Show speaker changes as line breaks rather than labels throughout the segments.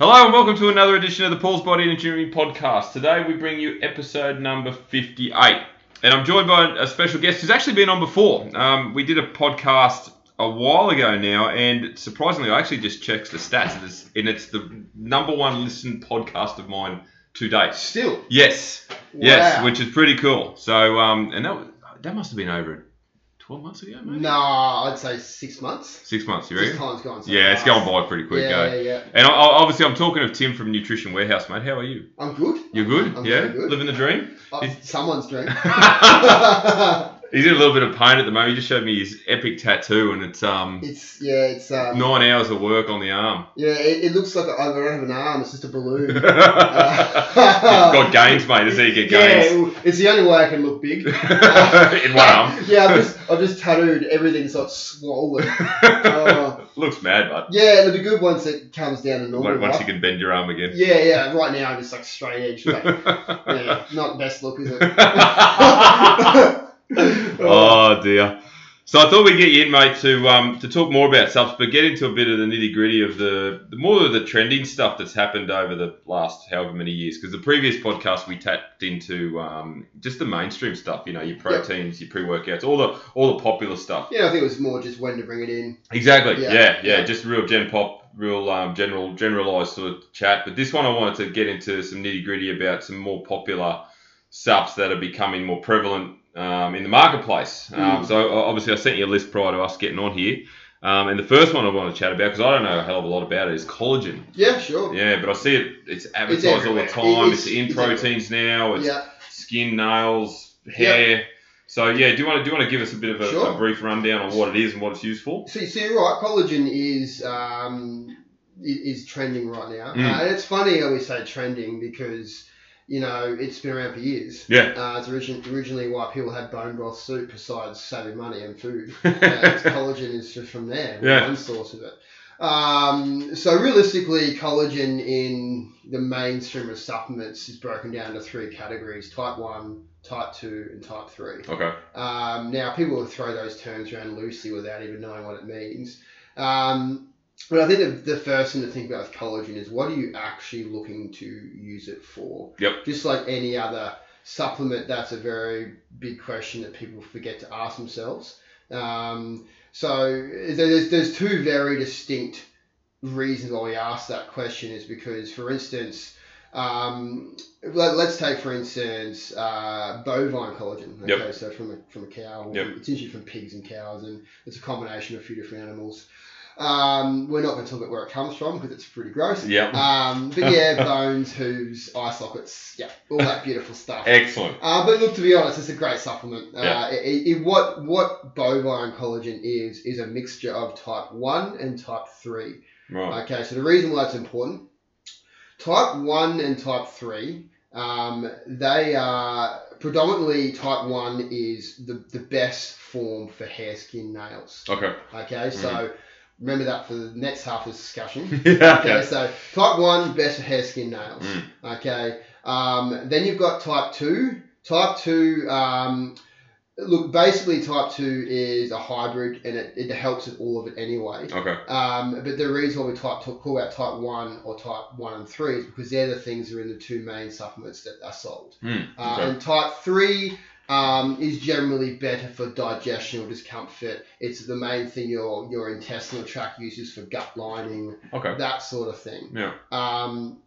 and welcome to another edition of the Paul's Body and Jimmy podcast. Today we bring you episode number 58. And I'm joined by a special guest who's actually been on before. Um, we did a podcast a while ago now, and surprisingly, I actually just checked the stats, and it's, and it's the number one listened podcast of mine to date.
Still.
Yes, yes,
Wow.
which is pretty cool. So, um, and that, that must have been over 12 months ago, maybe?
Nah, I'd say six months.
Six months, you
This
reckon?
time's gone. So
Yeah, it's
fast.
going by pretty quick,
Yeah,
eh?
yeah, yeah.
And I, I- obviously, I'm talking of Tim from Nutrition Warehouse, mate. How are you?
I'm good.
You're good,
I'm
yeah,
very good.
living the dream.
Oh,
Is-
someone's drink.
He's in a little bit of pain at the moment. He just showed me his epic tattoo, and it's um
it's yeah, it's um,
nine hours of work on the arm.
yeah. It, it looks like I don't have an arm. It's just a balloon.
You've
Uh,
got gains, mate. That's how you get gains.
Yeah, it's the only way I can look big.
in one arm.
yeah, I've just I've just tattooed everything so it's swollen. Uh,
Looks mad, but
yeah, it'll be good once it comes down to normal.
once you
right?
can bend your arm again.
Yeah, yeah. Right now I'm just like straight edge. Like, yeah, not the best look, is it?
oh dear. So I thought we'd get you in, mate, to um, to talk more about subs, but get into a bit of the nitty gritty of the the more of the trending stuff that's happened over the last however many years. Because the previous podcast we tapped into um, just the mainstream stuff, you know, your proteins, your pre workouts, all the all the popular stuff.
Yeah, I think it was more just when to bring it in.
Exactly. Yeah.
Yeah.
Yeah.
Yeah.
Just real gen pop, real um, general, generalized sort of chat. But this one, I wanted to get into some nitty gritty about some more popular subs that are becoming more prevalent um, in the marketplace. Um,
Mm.
so o- obviously, I sent you a list prior to us getting on here. Um, and the first one I want to chat about because I don't know a hell of a lot about it is collagen.
Yeah, sure.
Yeah, but I see it. It's advertised all the
everywhere.
time.
It
it's
is-
in
it's
proteins now. It's
Yeah.
skin, nails, hair. So yeah, do you want to do you want to give us a bit of a,
Sure.
a brief rundown on what it is and what it's used for?
So, so you're right. Collagen is um, i- is trending right now,
Mm.
uh, and it's funny how we say trending because you know it's been around for years.
Yeah.
Uh, it's origin- originally why people had bone broth soup besides saving money and food. Uh, it's collagen is just from there.
Yeah.
One source of it. Um, so realistically, collagen in the mainstream of supplements is broken down into three categories: type one, type two, and type three.
Okay.
Um, now, people will throw those terms around loosely without even knowing what it means. Um, but I think the, the first thing to think about with collagen is what are you actually looking to use it for?
Yep.
Just like any other supplement, that's a very big question that people forget to ask themselves. Um, so there's, there's two very distinct reasons why we ask that question is because, for instance, um, let, let's take, for instance, uh, bovine collagen.
Yep.
Okay, so from a, from a cow. or
Yep.
It's usually from pigs and cows, and it's a combination of a few different animals. Um, we're not going to talk about where it comes from because it's pretty gross.
Yeah.
Um, but yeah, bones, hooves, eye sockets, yeah, all that beautiful stuff.
Excellent.
Uh, but look, to be honest, it's a great supplement.
Yeah.
Uh, it, it, what what bovine collagen is is a mixture of type one and type three.
Right.
Okay, so the reason why it's important, type one and type three, um, they are predominantly type one is the, the best form for hair, skin, nails.
Okay.
Okay, so remember that for the next half of this discussion.
Yeah.
Okay, so type one, best for hair, skin, nails.
Mm.
Okay, um, then you've got type two. Type two, um, look, basically, type two is a hybrid and it, it helps with all of it anyway.
Okay.
Um, but the reason why we type, call out type 1 or type 1 and 3 is because they're the things that are in the two main supplements that are sold.
Mm,
Uh,
okay.
And type 3 um, is generally better for digestional discomfort. It's the main thing your, your intestinal tract uses for gut lining,
Okay.
that sort of thing.
Yeah.
Um,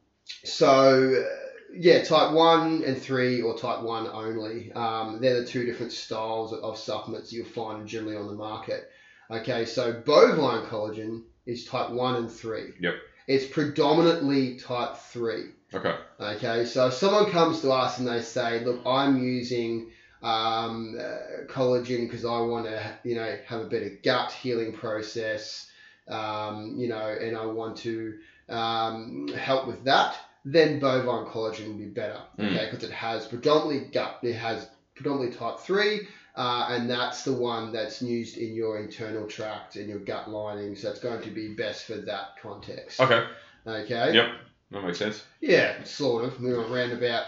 so, uh, yeah, type 1 and 3 or type 1 only. Um, they're the two different styles of supplements you'll find generally on the market. Okay, so bovine collagen is type 1 and 3.
Yep.
It's predominantly type 3.
Okay.
Okay, so if someone comes to us and they say, "Look, I'm using um, uh, collagen because I want to, you know, have a better gut healing process, um, you know, and I want to um, help with that," then bovine collagen will be better,
Mm.
okay, because it has predominantly gut, it has predominantly type three. Uh, and that's the one that's used in your internal tract and your gut lining, so it's going to be best for that context.
Okay.
Okay.
Yep. That makes sense.
Yeah, sort of. We were roundabout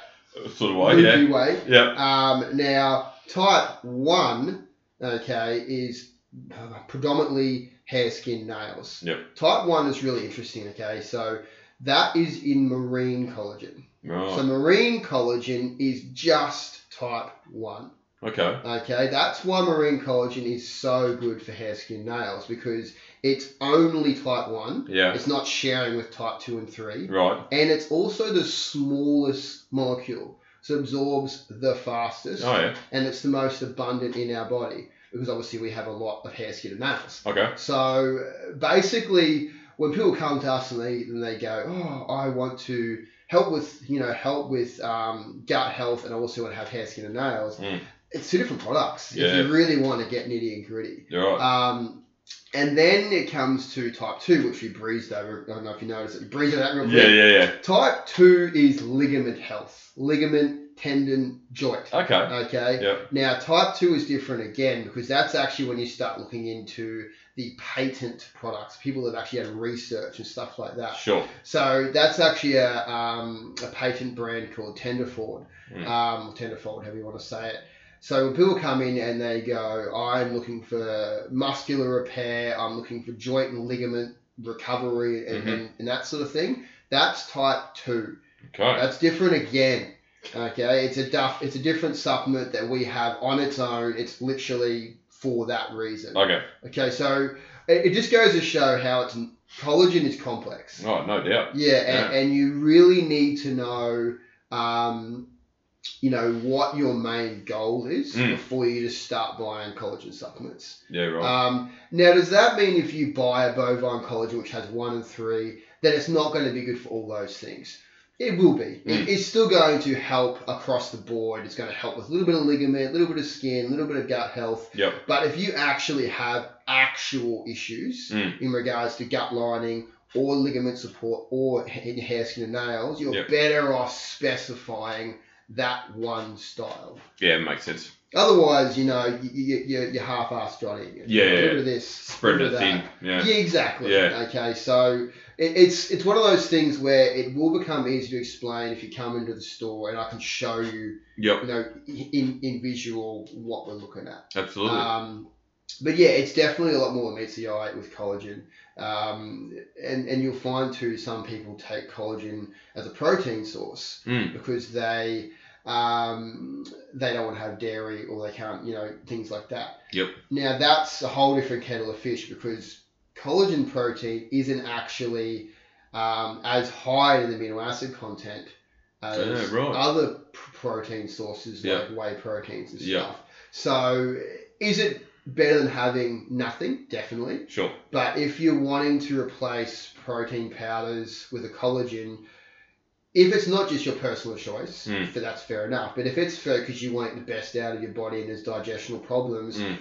Sort of way. Yeah.
movie way.
Yeah.
Um, now, type one, okay, is uh, predominantly hair, skin, nails.
Yep.
Type one is really interesting. Okay, so That is in marine collagen.
Right.
So marine collagen is just type 1.
okay.
Okay, that's why marine collagen is so good for hair, skin, nails because it's only type 1.
Yeah.
It's not sharing with type 2 and 3.
Right.
And it's also the smallest molecule. So it absorbs the fastest
Oh yeah.
and it's the most abundant in our body because obviously we have a lot of hair, skin, and nails.
Okay.
So uh, basically, when people come to us and they and they go, oh, I want to help with you know help with um, gut health, and I also want to have hair, skin, and nails.
Mm.
It's two different products.
Yeah.
If you really want to get nitty and gritty.
You're right.
Um, and then it comes to type two, which we breezed over. I don't know if you noticed it. You breezed over that real
yeah.
quick.
Yeah.
Type two is ligament health, ligament, tendon, joint.
Yeah. Okay.
Okay.
Yeah.
Now, type 2 is different again because that's actually when you start looking into the patent products, people that actually have research and stuff like that.
Sure.
So, that's actually a, um, a patent brand called Tenderford,
Mm.
um, Tenderfold, however you want to say it. So, when people come in and they go, I'm looking for muscular repair, I'm looking for joint and ligament recovery, and,
Mhm.
and, and that sort of thing, that's type 2.
Okay.
That's different again. Okay, it's a duff, it's a different supplement that we have on its own. It's literally for that reason.
Okay.
Okay, so it, it just goes to show how it's collagen is complex.
Oh, no doubt.
Yeah, and, and you really need to know, um, you know, what your main goal is
Mm.
before you just start buying collagen supplements.
Yeah. Right.
Um, now, does that mean if you buy a bovine collagen which has one and three, that it's not going to be good for all those things? It will be.
Mm.
It, it's still going to help across the board. It's going to help with a little bit of ligament, a little bit of skin, a little bit of gut health.
Yep.
But if you actually have actual issues
Mm.
in regards to gut lining or ligament support or ha- in your hair, skin, and nails, you're
Yep.
better off specifying that one style.
Yeah. Makes sense.
Otherwise, you know, you, you, you- you're half-assed Johnny.
Yeah,
A
yeah,
little bit of this.
Spreading
little
it
bit of
thin. Yeah.
that. Yeah, exactly.
Yeah.
Okay, so it, it's it's one of those things where it will become easy to explain if you come into the store and I can show you,
Yep.
you know, in, in visual what we're looking at.
Absolutely.
Um, but yeah, it's definitely a lot more meets the eye with collagen. Um, and, and you'll find too some people take collagen as a protein source
Mm.
because they um, they don't want to have dairy or they can't, you know, things like that.
Yep.
Now that's a whole different kettle of fish because collagen protein isn't actually um, as high in the amino acid content as
Yeah, right.
other pr- protein sources
Yeah.
like whey proteins and
Yeah.
stuff. So is it better than having nothing? Definitely.
Sure.
But if you're wanting to replace protein powders with a collagen, if it's not just your personal choice,
Mm.
then that's fair enough. But if it's fair because you want the best out of your body and there's digestional problems,
Mm.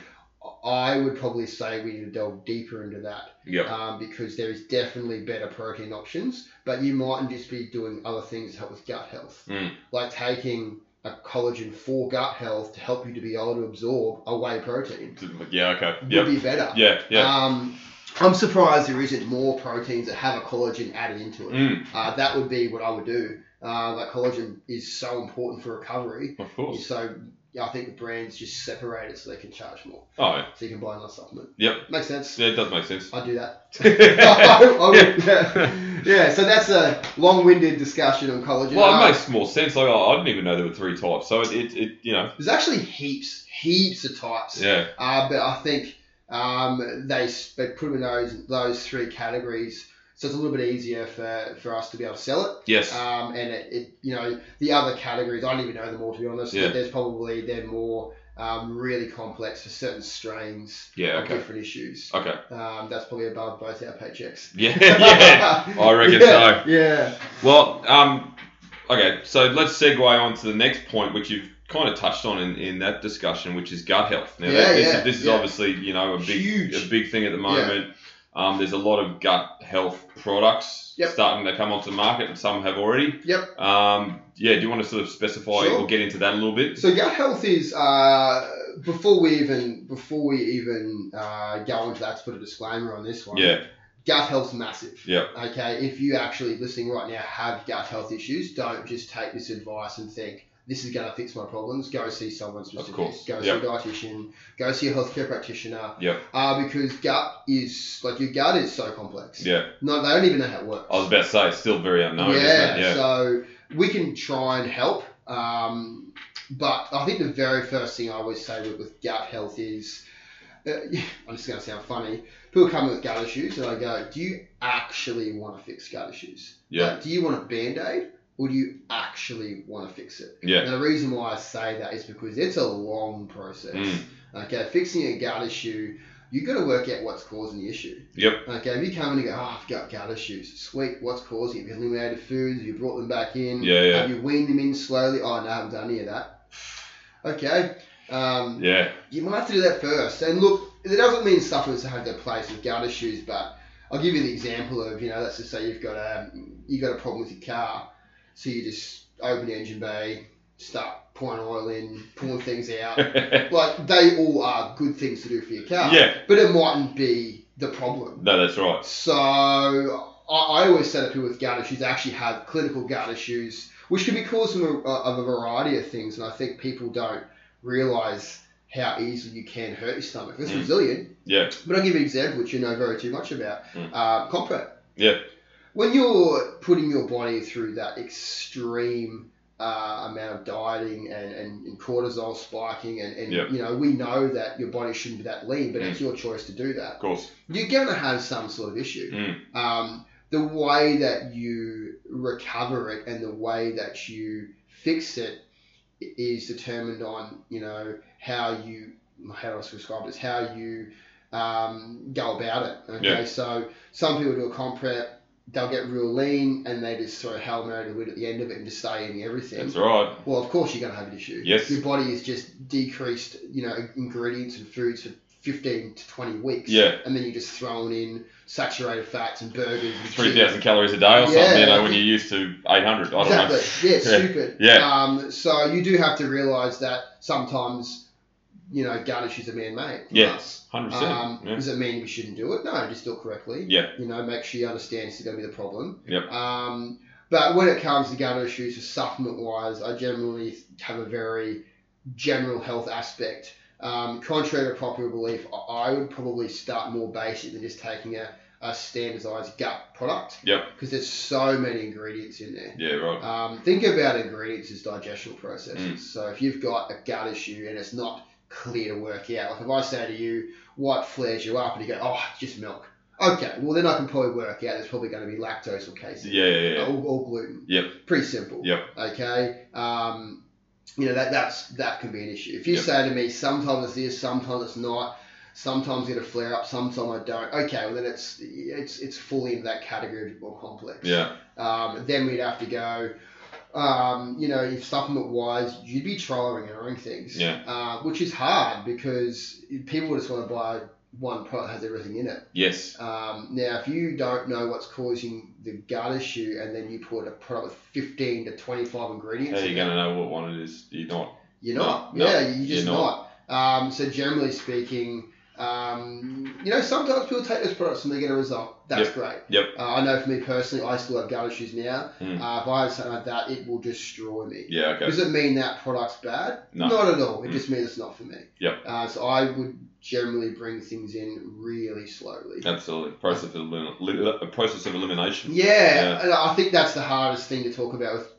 I would probably say we need to delve deeper into that
Yep.
um, because there is definitely better protein options. But you mightn't just be doing other things to help with gut health,
Mm.
like taking a collagen for gut health to help you to be able to absorb a whey protein
Yeah. Okay.
would
Yep.
be better.
Yeah. Yeah.
Um, I'm surprised there isn't more proteins that have a collagen added into it.
Mm.
Uh, that would be what I would do. Uh, like collagen is so important for recovery.
Of course.
So yeah, I think the brands just separate it so they can charge more.
Oh,
So you can buy another supplement.
Yep.
Makes sense.
yeah, it does make sense.
I'd do that.
well,
I would- yeah. Yeah, so that's a long-winded discussion on collagen.
it
Uh,
makes more sense. Like, I I didn't even know there were three types. So it, it, it you know,
There's actually heaps, heaps of types.
yeah,
Uh, but I think um, they, s- they put them in those, those three categories. So it's a little bit easier for, for us to be able to sell
yes,
it. Um, and it, it, you know, the other categories, I don't even know them all to be honest.
Yeah.
But there's probably, they're more um, really complex for certain strains
yeah,
of
okay,
different issues.
okay,
Um, that's probably above both our paychecks.
yeah, yeah. I reckon
yeah, Yeah.
Well, um, okay, so let's segue on to the next point, which you've kind of touched on in, in that discussion, which is gut health. Now,
Yeah,
that- this,
yeah,
is, this is
yeah.
obviously you know a big
Huge.
a big thing at the moment. Um, there's a lot of gut health products
Yep.
starting to come onto the market, and some have already.
Yep.
Um, yeah, do you want to sort of specify
Sure.
or get into that a little bit?
So gut health is uh, before we even before we even uh, go into that, let's put a disclaimer on this one.
Yeah,
gut health's massive.
Yep.
Okay, if you actually listening right now have gut health issues, don't just take this advice and think this is going to fix my problems. Go see someone specific.
course.
Go
Yep.
see a dietitian. Go see a healthcare practitioner.
Yep.
Uh, because gut is like your gut is so complex.
Yeah.
No, they don't even know how it works.
I was about to say, it's still very unknown,
yeah,
isn't it? Yeah.
So we can try and help. Um, but I think the very first thing I always say with, with gut health is uh, I'm just going to sound funny. People come with gut issues, and I go, Do you actually want to fix gut issues?
Yeah.
Like, do you want a band aid, or do you actually want to fix it?
yeah.
And the reason why I say that is because it's a long process.
Mm.
Okay, fixing a gut issue, you've got to work out what's causing the issue.
Yep.
Okay, if you come in and go, oh, I've got gut issues, sweet, what's causing it? Have you eliminated foods? Have you brought them back in?
Yeah, yeah.
Have you weaned them in slowly? Oh, no, I haven't done any of that. Okay, um,
Yeah.
you might have to do that first. And look, it doesn't mean sufferers have their place with gut issues, but I'll give you the example of, you know, let's just say you've got a, you got a problem with your car. So you just open the engine bay, start pouring oil in, pulling things out. like, they all are good things to do for your car.
yeah.
But it mightn't be the problem.
No, that's right.
So I, I always say that people with gut issues actually have clinical gut issues, which can be caused from a, of a variety of things. And I think people don't realize how easily you can hurt your stomach. It's
Mm.
resilient.
Yeah.
But I'll give you an example, which you know very too much about.
Mm.
Uh, Compro.
Yeah.
When you're putting your body through that extreme uh, amount of dieting and, and, and cortisol spiking, and, and
Yeah.
you know we know that your body shouldn't be that lean, but
Mm.
it's your choice to do that
Of course.
you're going to have some sort of issue.
Mm.
Um, the way that you recover it and the way that you fix it is determined on you know how you how do I describe this how you um, go about it. Okay,
Yeah.
so some people do a comp prep, they'll get real lean and they just throw a hail mary to the wind at the end of it and just stay eating everything.
That's right.
Well, of course you're going to have an issue.
Yes.
Your body has just decreased, you know, ingredients and foods for 15 to 20 weeks.
Yeah.
And then you're just throwing in saturated fats and burgers and chicken.
3,000 calories a day or something,
Yeah,
you know,
I
when
think-
you're used to 800. I don't know.
Exactly. Yeah,
Yeah.
stupid.
Yeah.
Um, so you do have to realise that sometimes, you know, gut issues are man-made. from
Yeah.
us.
100%.
Um,
yeah.
Does it mean we shouldn't do it? No, just do it correctly.
Yeah.
You know, make sure you understand this is going to be the problem.
Yep.
Um, but when it comes to gut issues, just supplement wise, I generally have a very general health aspect. Um, contrary to popular belief, I- I would probably start more basic than just taking a, a standardized gut product.
Yep.
Because there's so many ingredients in there.
Yeah, right.
Um, think about ingredients as digestional processes.
Mm.
So if you've got a gut issue and it's not clear to work out, like if I say to you, what flares you up, and you go, oh, it's just milk. Okay, well then I can probably work out there's probably going to be lactose or casein
Yeah, yeah, yeah.
or, or gluten.
Yep.
Pretty simple.
Yep.
Okay. Um, you know that that's that can be an issue. If you
Yep.
say to me, sometimes it's this, sometimes it's not, sometimes get a flare up, sometimes I don't. Okay, well then it's it's it's fully into that category of more complex.
Yeah,
Um, then we'd have to go, um, you know, if supplement wise, you'd be trialing and erroring things,
Yeah.
uh, which is hard because people just want to buy one product that has everything in it.
yes.
Um, now, if you don't know what's causing the gut issue and then you put a product with 15 to 25
How
ingredients,
are you
in
going to know what one it is? You're not.
you're not.
No, no,
yeah, you're just
you're
not. Um, so generally speaking, um, you know, sometimes people take those products and they get a result. That's
Yep.
great.
Yep.
Uh, I know for me personally, I still have gut issues now.
Mm.
Uh, if I have something like that, it will destroy me.
Yeah, okay.
Does it mean that product's bad?
No.
Not at all. It
Mm.
just means it's not for me.
Yep.
Uh, so I would generally bring things in really slowly.
Absolutely. Process of, elim- li- a process of elimination.
Yeah, and I think that's the hardest thing to talk about with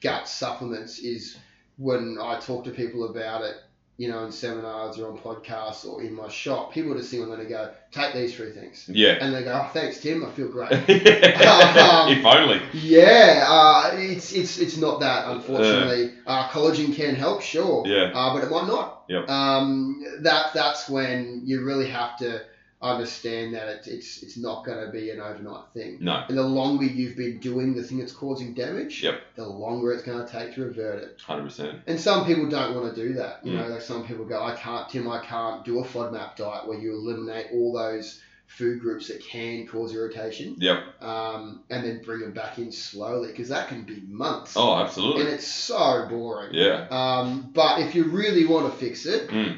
gut supplements is when I talk to people about it, you know, in seminars or on podcasts or in my shop, people just think I'm going to go, take these three things.
Yeah.
And they go, oh, thanks, Tim, I feel great.
if only.
yeah, uh, it's, it's, it's not that, unfortunately. Uh, collagen can help, sure,
Yeah.
uh, but it might not.
Yep.
Um, that, that's when you really have to understand that it's, it's, it's not going to be an overnight thing.
No,
And the longer you've been doing the thing that's causing damage,
Yep.
the longer it's going to take to revert it.
100%.
And some people don't want to do that. You
Mm.
know, like some people go, I can't, Tim, I can't do a FODMAP diet where you eliminate all those food groups that can cause irritation
Yep.
um, and then bring them back in slowly because that can be months.
Oh,
And
absolutely.
it's so boring.
Yeah,
Um, but if you really want to fix it,
Mm.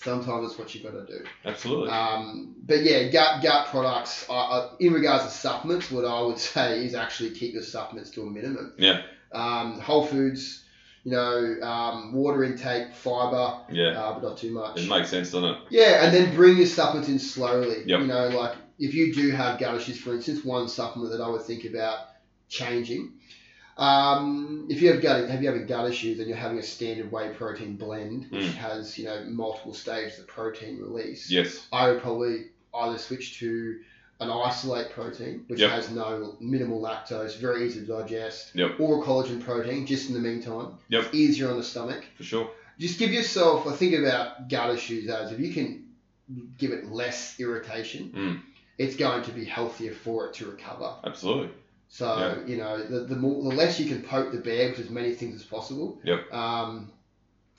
sometimes it's what you've got to do.
absolutely.
Um, but yeah, gut gut products are, are, in regards to supplements, what I would say is actually keep your supplements to a minimum.
Yeah.
Um, whole foods, you know, um, water intake, fiber,
Yeah.
uh, but not too much.
It makes sense, doesn't it?
Yeah, and then bring your supplements in slowly.
Yep.
You know, like if you do have gut issues, for instance, one supplement that I would think about changing. Um, if you have gut, have you having gut issues, then you're having a standard whey protein blend, which
Mm.
has you know multiple stages of protein release.
Yes.
I would probably E, either switch to an isolate protein, which
Yep.
has no minimal lactose, very easy to digest,
Yep.
or a collagen protein. Just in the meantime,
Yep.
It's easier on the stomach
For sure.
just give yourself I think about gut issues as if you can give it less irritation,
Mm.
it's going to be healthier for it to recover.
Absolutely.
So
Yeah.
you know the, the more the less you can poke the bear with as many things as possible.
Yep.
Um,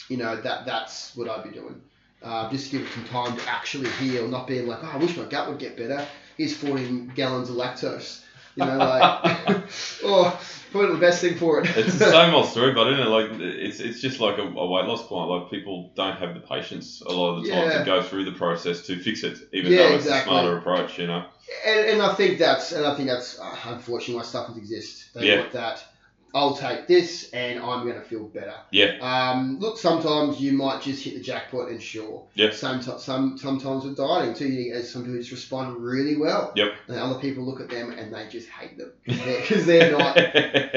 you know that that's what I'd be doing. Uh, just give it some time to actually heal, not being like, oh, I wish my gut would get better. Here's 14 gallons of lactose. You know, like, oh, probably the best thing for it.
It's the same old story, but isn't it? Like it's it's just like a, a weight loss client. Like people don't have the patience a lot of the time
Yeah.
to go through the process to fix it, even
Yeah,
though it's
exactly.
a smarter approach. You know.
And, and I think that's and I think that's uh, unfortunately why supplements exist. They
Yeah.
want that. I'll take this, and I'm going to feel better.
Yeah.
Um, look, sometimes you might just hit the jackpot, and sure.
Yeah.
Some some sometimes with dieting too, you, as some people just respond really well.
Yep.
And other people look at them and they just hate them because they're not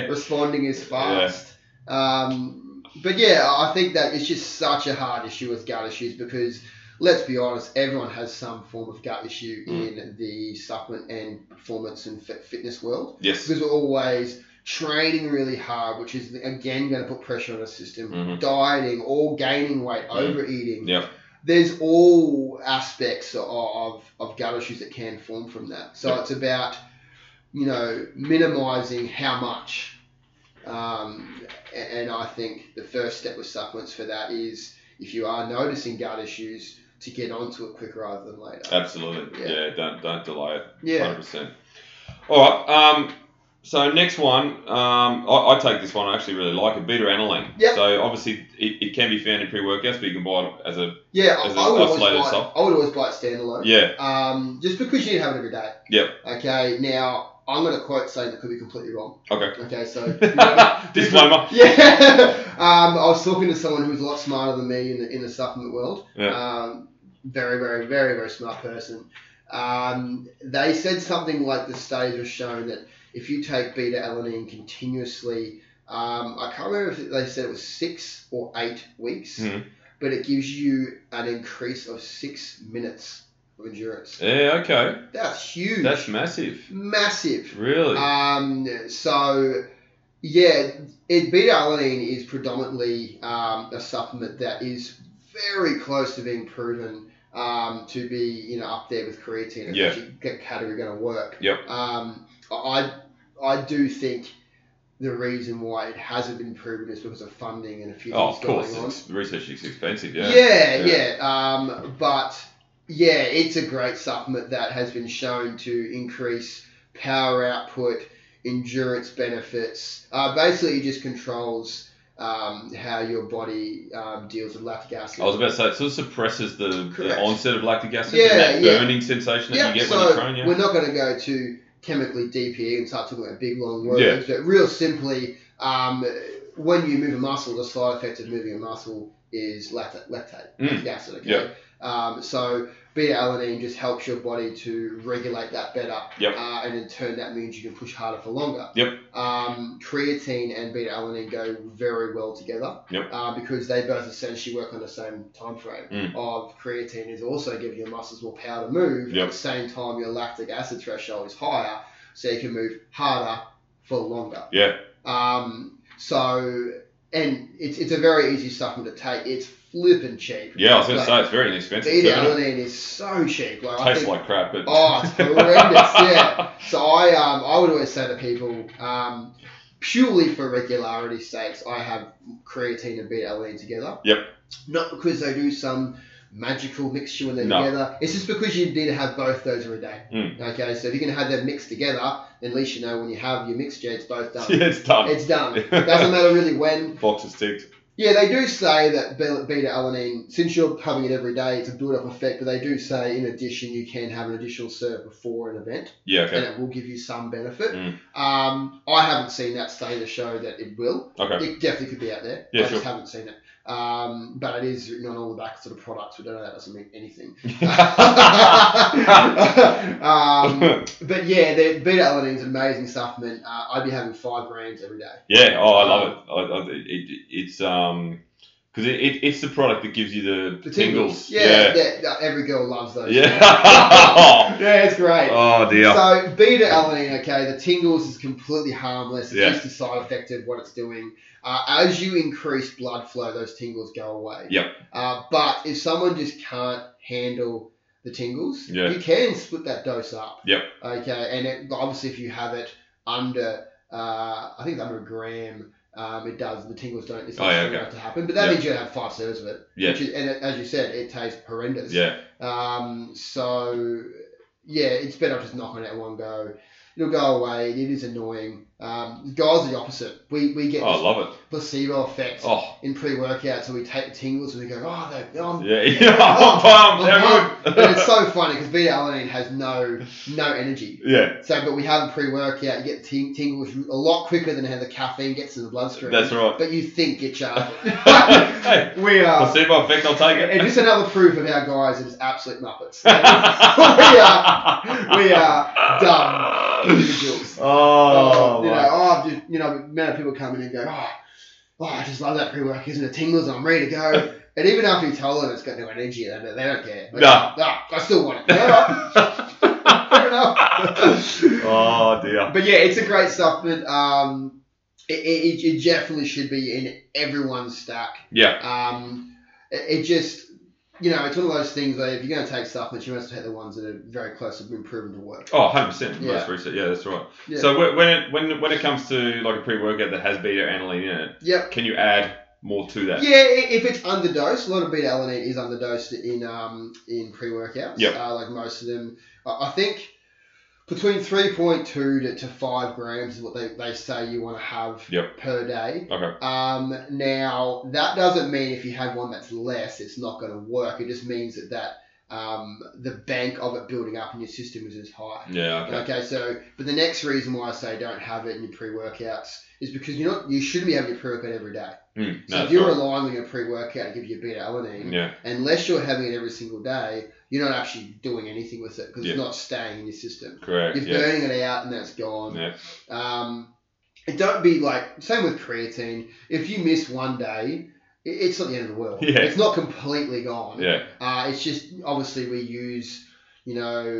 responding as fast. Um, but yeah, I think that it's just such a hard issue with gut issues because let's be honest, everyone has some form of gut issue
Mm.
in the supplement and performance and fit- fitness world
yes.
because we're always training really hard, which is again going to put pressure on the system,
Mhm.
dieting or gaining weight,
Mm.
overeating.
Yep.
There's all aspects of, of, of gut issues that can form from that. So
Yep.
it's about, you know, minimizing how much. Um, a- and I think the first step with supplements for that is if you are noticing gut issues, to get onto it quicker rather than later.
Absolutely.
Yeah.
Yeah. Don't don't delay it.
yeah.
Hundred percent. All right. Um, so next one, um, I, I take this one. I actually really like it. Beta aniline.
Yep.
So obviously it, it can be found in pre workouts, but you can buy it as a
Yeah, I,
As
I,
an
would always buy,
isolated
it-
sub.
I would always buy it standalone.
yeah.
Um, just because you have it every day.
Yep.
Okay. Now I'm going to quote something that could be completely wrong.
Okay.
Okay. So.
Disclaimer.
yeah. Um, I was talking to someone who's a lot smarter than me in the, in the supplement world.
Yeah.
Um, very, very, very, very smart person. Um, they said something like the studies have shown that if you take beta alanine continuously, um, I can't remember if they said it was six or eight weeks,
Mhm.
but it gives you an increase of six minutes of endurance.
Yeah. Okay.
That's huge.
That's massive.
massive.
Really.
Um, so yeah, it, beta alanine is predominantly um, a supplement that is very close to being proven um, to be you know up there with creatine. It's
Yeah.
actually c- category going to work.
Yep.
Um, I I do think. The reason why it hasn't been proven is because of funding and a few
oh,
things
of course.
going on.
It's, research is expensive.
Yeah,
Yeah.
yeah.
Yeah.
Um, but yeah, it's a great supplement that has been shown to increase power output, endurance benefits. Uh, basically, it just controls um, how your body um, deals with lactic acid.
I was about to say it sort of suppresses the, the
Correct.
onset of lactic acid
Yeah,
and that
yeah.
burning sensation that
yeah,
you get when
so
you're prone. Yeah.
we're not going to go to chemically deep here and start talking about big long words, but real simply, um, when you move a muscle, the side effect of moving a muscle is lactate, lactate,
Mm.
lactic acid. Okay?
Yeah.
Um, so beta alanine E just helps your body to regulate that better,
Yep.
uh, and in turn that means you can push harder for longer.
Yep.
Um, creatine and beta alanine E go very well together.
Yep.
Uh, because they both essentially work on the same time frame
Mm.
of creatine is also giving your muscles more power to move.
Yep.
At the same time, your lactic acid threshold is higher, so you can move harder for longer.
Yeah.
Um, so, and it's, it's a very easy supplement to take. It's flippin' cheap.
Yeah, I was going to
Like,
say it's very inexpensive.
Beta
too, isn't
alanine is so cheap. Like,
it?
I
Tastes
think,
like crap, but
Oh, it's horrendous, yeah. So I um, I would always say to people, um, purely for regularity's sakes, I have creatine and beta alanine together.
Yep.
Not because they do some magical mixture when they're
No.
together. It's just because you need to have both those every day.
Mm.
Okay, so if you can have them mixed together, then at least you know when you have your mixture, it's both done.
yeah, it's done.
It's done. Doesn't matter really when.
Boxes ticked.
Yeah, they do say that be- beta alanine, since you're having it every day, it's a build up effect, but they do say in addition, you can have an additional serve before an event
Yeah, okay.
and it will give you some benefit.
Mm.
Um, I haven't seen that study to show that it will.
Okay.
It definitely could be out there.
Yeah,
I
sure.
just haven't seen it. Um, but it is written on all the back sort of products. We don't know that doesn't mean anything. um, but yeah, the beta alanine is an amazing supplement. Uh, I'd be having five grams every day.
yeah, oh, I love it. I, I, it, it it's um, because it, it, it's the product that gives you the,
The
tingles.
Yeah, yeah. yeah, every girl loves those.
Yeah.
yeah, it's great.
oh dear.
So beta alanine, okay, the tingles is completely harmless. It's
Yeah.
just the side effect of what it's doing. Uh, as you increase blood flow, those tingles go away.
Yep.
Uh, but if someone just can't handle the tingles,
Yeah.
you can split that dose up.
Yep.
Okay, and it, obviously if you have it under, uh, I think it's under a gram, um, it does the tingles don't it's
Oh,
not
yeah,
strong
okay.
enough to happen. But that
Yep.
means you have five serves of it.
Yeah.
Which is, and it, as you said, it tastes horrendous.
Yeah.
Um, so yeah, it's better off just knocking it at one go. It'll go away. It is annoying. Um, guys are the opposite. We, we get
Oh, I love it.
placebo effects
Oh.
in pre workouts, and we take the tingles and we go, oh, they're gone.
Yeah. Yeah. I'm pumped.
I'm
everyone.
But it's so funny because beta alanine has no no energy.
yeah.
So, but we have a pre workout, you get ting- tingles a lot quicker than how the caffeine gets in the bloodstream.
That's right.
But you think you're charged.
hey,
we are.
placebo effect. I'll take
And
it.
just another proof of how guys are just absolute muppets. we are, we are dumb individuals.
Oh,
you know,
my-
oh, I've just, you know, the amount of people come in and go, oh, oh, I just love that pre-work, isn't it? Tingles, I'm ready to go. And even after you tell them it's got no energy, they don't, they don't care. They
Nah.
go, "Nah, "Ah, I still want it. Fair enough.
oh dear.
But yeah, it's a great supplement. Um, it, it, it definitely should be in everyone's stack.
Yeah.
Um, it, it just, you know, it's one of those things that if you're going to take supplements, you must take the ones that are very close to being proven to work.
Oh, 100%.
Yeah.
Most recent. Yeah, that's right.
Yeah.
So wh- when it, when when it comes to like a pre-workout that has beta alanine in it,
Yep.
can you add more to that?
Yeah, i- if it's underdosed, a lot of beta alanine E is underdosed in um, in pre workouts.
Yep.
Uh, like most of them, I I think between 3.2 to, to 5 grams is what they, they say you want to have
Yep.
per day.
Okay.
Um, now, that doesn't mean if you have one that's less, it's not going to work. It just means that, that um, the bank of it building up in your system is as high.
Yeah. Okay.
Okay, so but the next reason why I say don't have it in your pre-workouts is because you're not you shouldn't be having your pre-workout every day.
Mm, no,
So if
that's
you're
right.
relying on your pre-workout to give you a beta alanine,
Yeah.
unless you're having it every single day, you're not actually doing anything with it because
Yeah.
it's not staying in your system.
Correct.
You're
Yeah.
burning it out and that's gone.
Yeah.
Um, and don't be like same with creatine. If you miss one day, it- it's not the end of the world.
Yeah.
It's not completely gone.
Yeah.
Uh, it's just obviously we use, you know,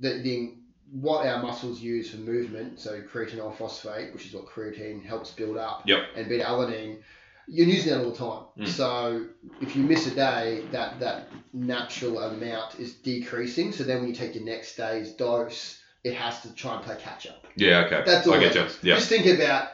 the, the what our muscles use for movement. So creatine phosphate, which is what creatine helps build up.
Yep.
And beta alanine, you're using that all the time.
Mm.
So if you miss a day, that that natural amount is decreasing. So then when you take your next day's dose, it has to try and play catch up.
Yeah. Okay.
That's all.
I get
that
you.
is.
Yeah.
Just think about,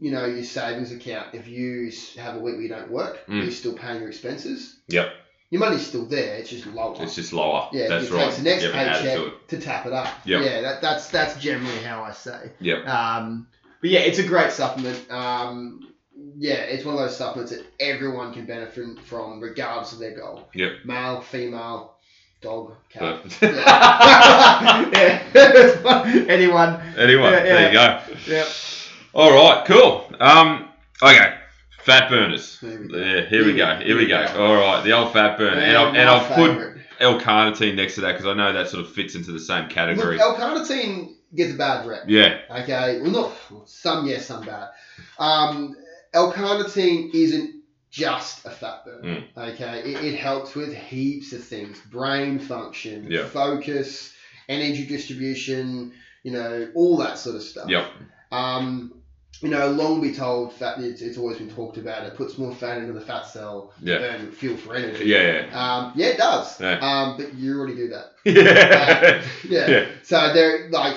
you know, your savings account. If you s- have a week where you don't work,
Mm.
you're still paying your expenses.
Yep.
Your money's still there. It's just lower.
It's just lower.
yeah,
that's
it
right.
takes the next
you haven't added
paycheck
to it.
to, tap it up.
Yep.
Yeah, that, that's that's generally how I say.
Yep.
Um, but yeah, it's a great supplement. Um, yeah, it's one of those supplements that everyone can benefit from, regardless of their goal.
Yep.
Male, female, dog, cat.
But-
yeah. Anyone.
anyway,
Yeah,
there you go.
Yep.
All right. Cool. Um. Okay. Fat burners.
There we go.
Yeah, here we go. Here we go. All right, the old fat burner, and, I'll,
my
and I'll put
favourite.
L-carnitine next to that because I know that sort of fits into the same category.
Look, L-carnitine gets a bad rep.
yeah,
Okay, well, not some yes, some bad. Um, L-carnitine isn't just a fat burner.
Mm.
Okay, it, it helps with heaps of things: brain function,
Yeah.
focus, energy distribution. You know, all that sort of stuff.
Yep.
Um, you know, long be told, fat. It's, it's always been talked about. It puts more fat into the fat cell
yeah,
than fuel for
yeah,
energy.
yeah,
Um, yeah, it does.
Yeah.
Um, but you already do that.
yeah.
Yeah.
Yeah.
So they're like,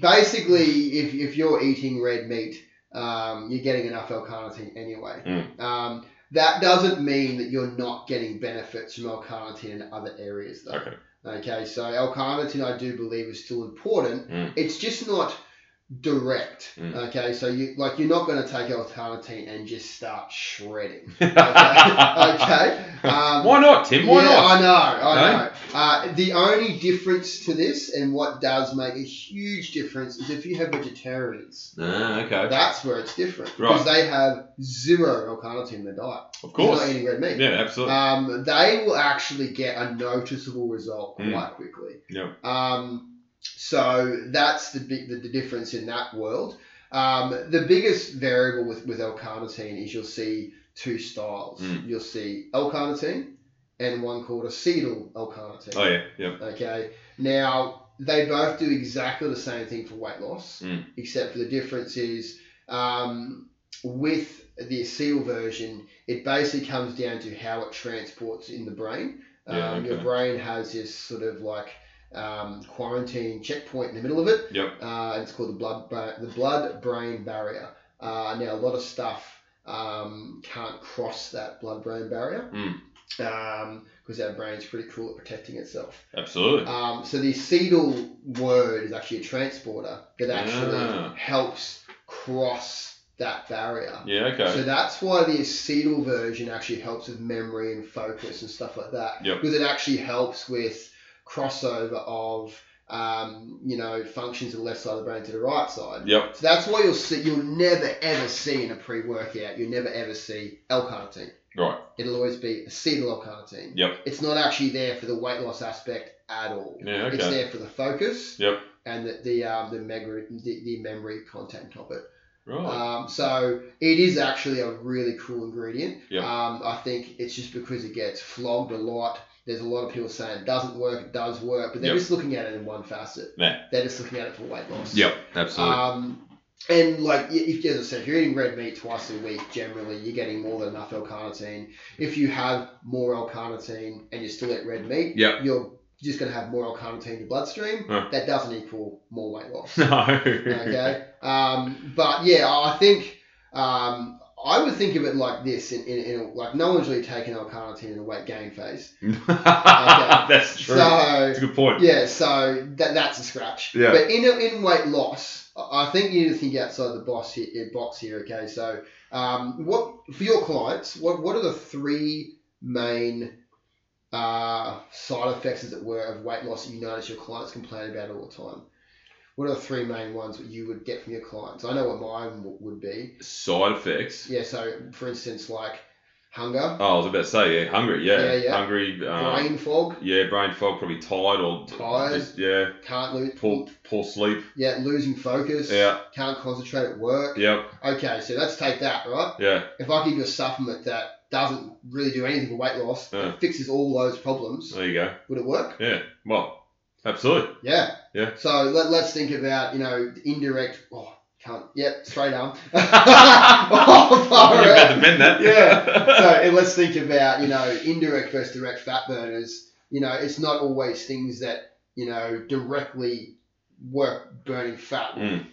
basically, if, if you're eating red meat, um, you're getting enough L-carnitine anyway.
Mm.
Um, that doesn't mean that you're not getting benefits from L-carnitine in other areas, though.
Okay.
Okay. so L-carnitine, I do believe, is still important.
Mm.
It's just not direct.
Mm.
Okay, so you like you're not going to take L-carnitine and just start shredding.
okay.
Okay, um,
Why not, Tim? Why
yeah,
not?
I know, I
No?
know. Uh, the only difference to this, and what does make a huge difference, is if you have vegetarians.
Ah, okay.
That's where it's different because they have zero L-carnitine in their diet.
of
They're not
course.
eating red meat.
Yeah, absolutely. Hmm.
Um, they will actually get a noticeable result quite quickly.
Yeah.
Um, so that's the big the, the difference in that world. Um, the biggest variable with with L-carnitine is you'll see two styles.
Mm.
You'll see L-carnitine and one called acetyl L-carnitine.
Oh yeah, yeah.
Okay. Now they both do exactly the same thing for weight loss,
Mm.
except for the difference is um, with the seal version, it basically comes down to how it transports in the brain. Um,
Yeah,
Your
okay.
brain has this sort of like um, quarantine checkpoint in the middle of it.
Yep.
Uh, it's called the blood ba- the blood brain barrier. Uh, now a lot of stuff um, can't cross that blood brain barrier
Mm.
because our brain's pretty cool at protecting itself.
Absolutely.
Um, so the acetyl word is actually a transporter that actually
Ah.
helps cross that barrier.
Yeah, okay.
So that's why the acetyl version actually helps with memory and focus and stuff like that.
Yep.
Because it actually helps with crossover of um, you know functions of the left side of the brain to the right side.
Yep.
So that's why you'll see you'll never ever see in a pre-workout you'll never ever see L-carnitine.
Right.
It'll always be acetyl L-carnitine.
Yep.
It's not actually there for the weight loss aspect at all.
Yeah,
It's
okay.
there for the focus.
Yep.
And the the um, the memory the, the memory content of it.
Right.
Um, so it is actually a really cool ingredient.
Yep.
Um, I think it's just because it gets flogged a lot. There's a lot of people saying it doesn't work, it does work, but they're
Yep.
just looking at it in one facet.
Yeah.
They're just looking at it for weight loss.
Yep. Absolutely.
Um, and like y- if as I said, if you're eating red meat twice a week, generally you're getting more than enough L-carnitine. If you have more L-carnitine and you still eat red meat,
Yep.
you're just going to have more L-carnitine in your bloodstream.
Huh.
That doesn't equal more weight loss.
No.
okay. Um, but yeah, I think um, I would think of it like this: in, in, in like no one's really taken L-carnitine in a weight gain phase.
That's true.
So
That's a good point.
yeah, so that that's a scratch.
Yeah.
But in in weight loss, I I think you need to think outside the box here. eh, Box here, okay. So, um, what for your clients? What what are the three main uh, side effects, as it were, of weight loss that you notice your clients complain about all the time? What are the three main ones that you would get from your clients? I know what mine w- would be.
Side effects.
Yeah. So, for instance, like hunger,
Oh, I was about to say, yeah, hungry. Yeah.
Yeah, yeah.
Hungry. Um,
brain fog,
Yeah, brain fog, probably tired or
Tired.
Just, yeah,
can't lose.
poor poor sleep.
Yeah, losing focus.
Yeah.
Can't concentrate at work.
Yep.
Okay, so let's take that, right?
Yeah.
If I give you a supplement that doesn't really do anything for weight loss,
Yeah.
it fixes all those problems,
There you go.
would it work?
Well, absolutely.
Yeah.
Yeah.
So let, let's think about, you know, the indirect. Oh, can't. Yep, straight arm. oh, far
You're about
out.
to mend that.
So and let's think about, you know, indirect versus direct fat burners. You know, it's not always things that, you know, directly work burning fat.
Mm.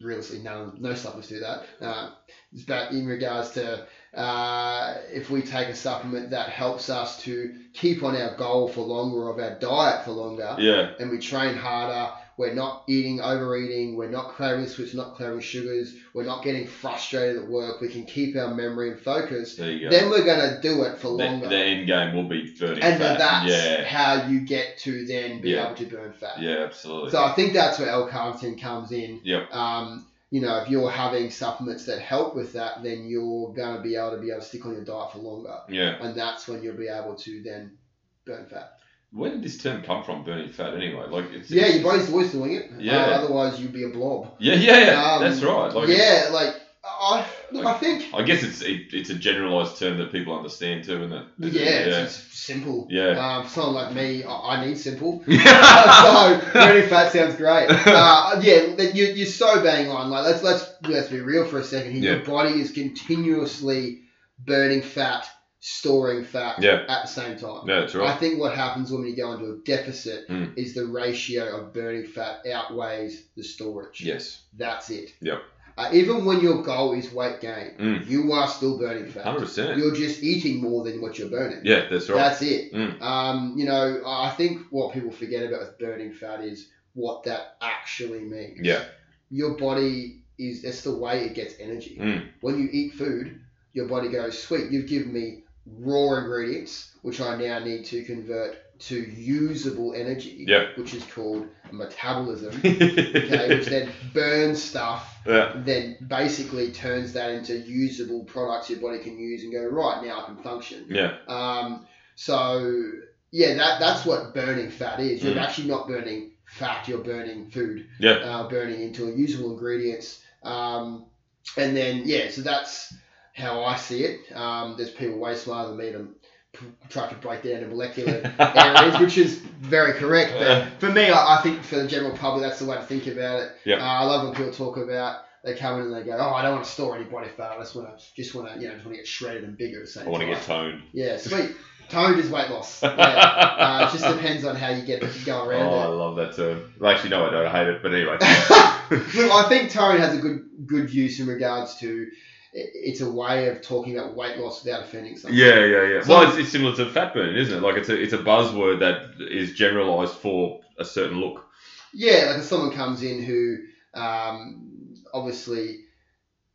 Realistically, none, no supplements do that. Uh, it's about in regards to uh, if we take a supplement that helps us to keep on our goal for longer, of our diet for longer,
yeah.
and we train harder. We're not eating, overeating. We're not craving sweets, not craving sugars. We're not getting frustrated at work. We can keep our memory and focus.
There you go.
Then we're going to do it for
The,
longer.
the end game will be burning fat.
and then that's
yeah.
how you get to then be
Yeah.
able to burn fat.
Yeah, absolutely.
So I think that's where L-carnitine comes in.
Yep.
Um, you know, if you're having supplements that help with that, then you're going to be able to be able to stick on your diet for longer,
yeah.
and that's when you'll be able to then burn fat.
Where did this term come from, burning fat? Anyway, like it's
Yeah, your body's always doing it.
Yeah.
Uh, otherwise, you'd be a blob.
yeah, yeah, yeah.
Um,
that's right. Like,
yeah, like I, look,
Like-
I think
I guess it's it, it's a generalised term that people understand too, isn't it?
yeah,
yeah,
It's, it's simple.
yeah.
Um, for someone like me, I, I need simple. so
yeah.
burning fat sounds great. Uh, yeah, that you, you're so bang on. Like let's let's let's be real for a second here. Your body is continuously burning fat, storing fat
Yeah.
at the same time.
that's
I
right.
think what happens when you go into a deficit
Mm.
is the ratio of burning fat outweighs the storage.
Yes,
That's it.
Yep.
Uh, even when your goal is weight gain,
Mm.
you are still burning fat.
hundred percent.
You're just eating more than what you're burning.
Yeah, that's right.
That's it.
Mm.
Um, you know, I I think what people forget about with burning fat is what that actually means.
Yeah.
your body is that's the way it gets energy.
Mm.
When you eat food, your body goes, sweet, you've given me raw ingredients, which I now need to convert to usable energy,
Yeah.
which is called metabolism. okay, which
yeah.
then burns stuff, then basically turns that into usable products your body can use and go, right, now I can function.
Yeah.
Um, so yeah, that that's what burning fat is. You're
Mm.
actually not burning fat; you're burning food.
Yeah.
Uh, burning into usable ingredients. Um, and then yeah, so that's how I see it. Um, there's people way smarter than me that p- try to break down to molecular areas, which is very correct. But for me, I, I think for the general public, that's the way to think about it.
Yeah.
Uh, I love when people talk about. They come in and they go, oh, I don't want to store any body fat. I just want to, just want to, you know, just want to get shredded and bigger at the same
I want to
time.
get toned.
Yeah, sweet. Toned is weight loss. Yeah. Uh, it just depends on how you get go around
oh, I love that term. Well, actually, no, I don't. I hate it. But anyway. Oh.
it. Look, I think toned has a good good use in regards to it- it's a way of talking about weight loss without offending someone.
Yeah, yeah, yeah.
So-
Well, it's, it's similar to fat burn, isn't it? Like it's a it's a buzzword that is generalized for a certain look.
Yeah, like if someone comes in who um, obviously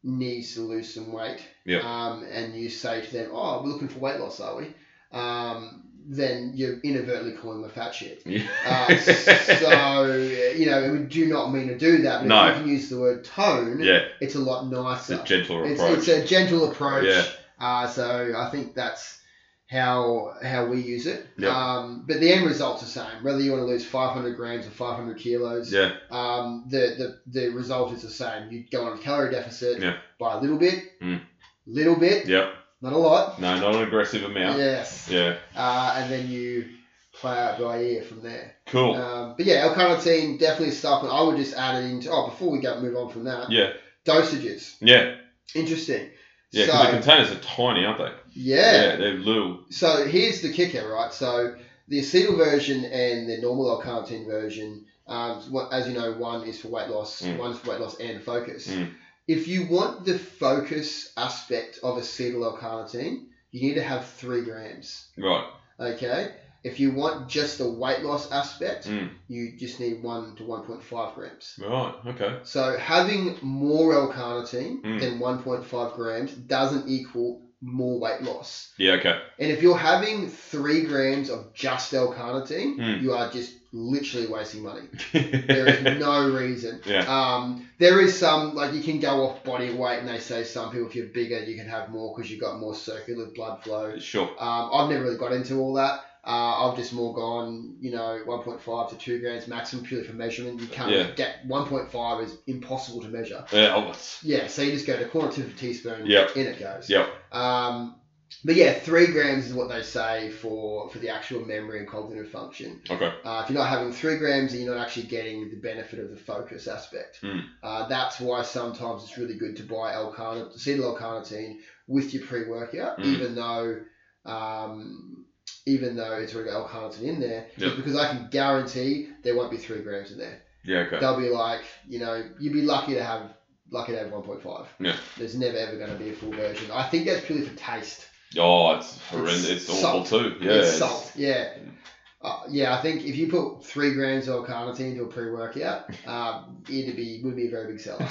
needs to lose some weight,
Yeah.
um, and you say to them, "Oh, we're looking for weight loss, are we?" Um, then you're inadvertently calling them a fat shit.
Yeah.
Uh, so you know, we do not mean to do that. But
No.
if you can use the word tone,
yeah,
it's a lot
it's
nicer.
a gentler
it's,
approach.
it's a gentle approach.
Yeah.
Uh, so I think that's how how we use it.
Yeah.
Um, but the end result's the same. Whether you want to lose 500 grams or 500 kilos,
yeah,
um, the, the, the result is the same. You go on a calorie deficit
Yeah.
by a little bit,
Mm.
little bit,
yeah.
not a lot.
No, not an aggressive amount.
Yes.
Yeah,
Uh, and then you play out by ear from there.
cool.
Um, but yeah, L-carnitine definitely stuff, and I would just add it into. Oh, before we go move on from that,
yeah,
dosages.
yeah,
Interesting.
yeah. Because the
So
containers are tiny, aren't they?
yeah.
they're little.
So here's the kicker, right? So the acetyl version and the normal L-carnitine version. Um, what- as you know, one is for weight loss,
Mm.
one's for weight loss and focus.
Mm.
If you want the focus aspect of acetyl L-carnitine, you need to have three grams.
Right.
Okay. If you want just the weight loss aspect,
Mm.
you just need one to one point five grams.
Right. Okay.
So having more L-carnitine
Mm.
than 1.5 grams doesn't equal more weight loss.
Yeah. Okay.
And if you're having three grams of just L-carnitine,
Mm.
you are just literally wasting money. There is no reason.
Yeah.
Um, there is some like you can go off body weight, and they say some people if you're bigger you can have more because you've got more circular blood flow.
sure.
Um, I've never really got into all that. Uh, I've just more gone, you know, 1.5 to 2 grams maximum purely for measurement. You can't
Yeah.
get 1.5 is impossible to measure.
Yeah. oh, it's-
Yeah, so you just go to quarter to a teaspoon,
Yep.
in it goes.
Yep.
Um, but yeah, three grams is what they say for, for the actual memory and cognitive function.
Okay.
Uh, if you're not having three grams, then you're not actually getting the benefit of the focus aspect.
Hmm.
Uh, that's why sometimes it's really good to buy L-carnitine, acetyl L-carnitine with your pre-workout,
Hmm.
even though um, even though it's already got L-carnitine in there,
Yep.
because I can guarantee there won't be three grams in there
Yeah. Okay.
they'll be like, you know, you'd be lucky to have lucky to have 1.5.
Yeah.
There's never ever going to be a full version. I think that's purely for taste.
Oh, it's horrendous. It's, awful
salt.
too. Yeah.
it's
it's-
salt. Yeah. Uh, yeah, I think if you put three grams of carnitine into a pre-workout, um, it'd be would be a very big seller.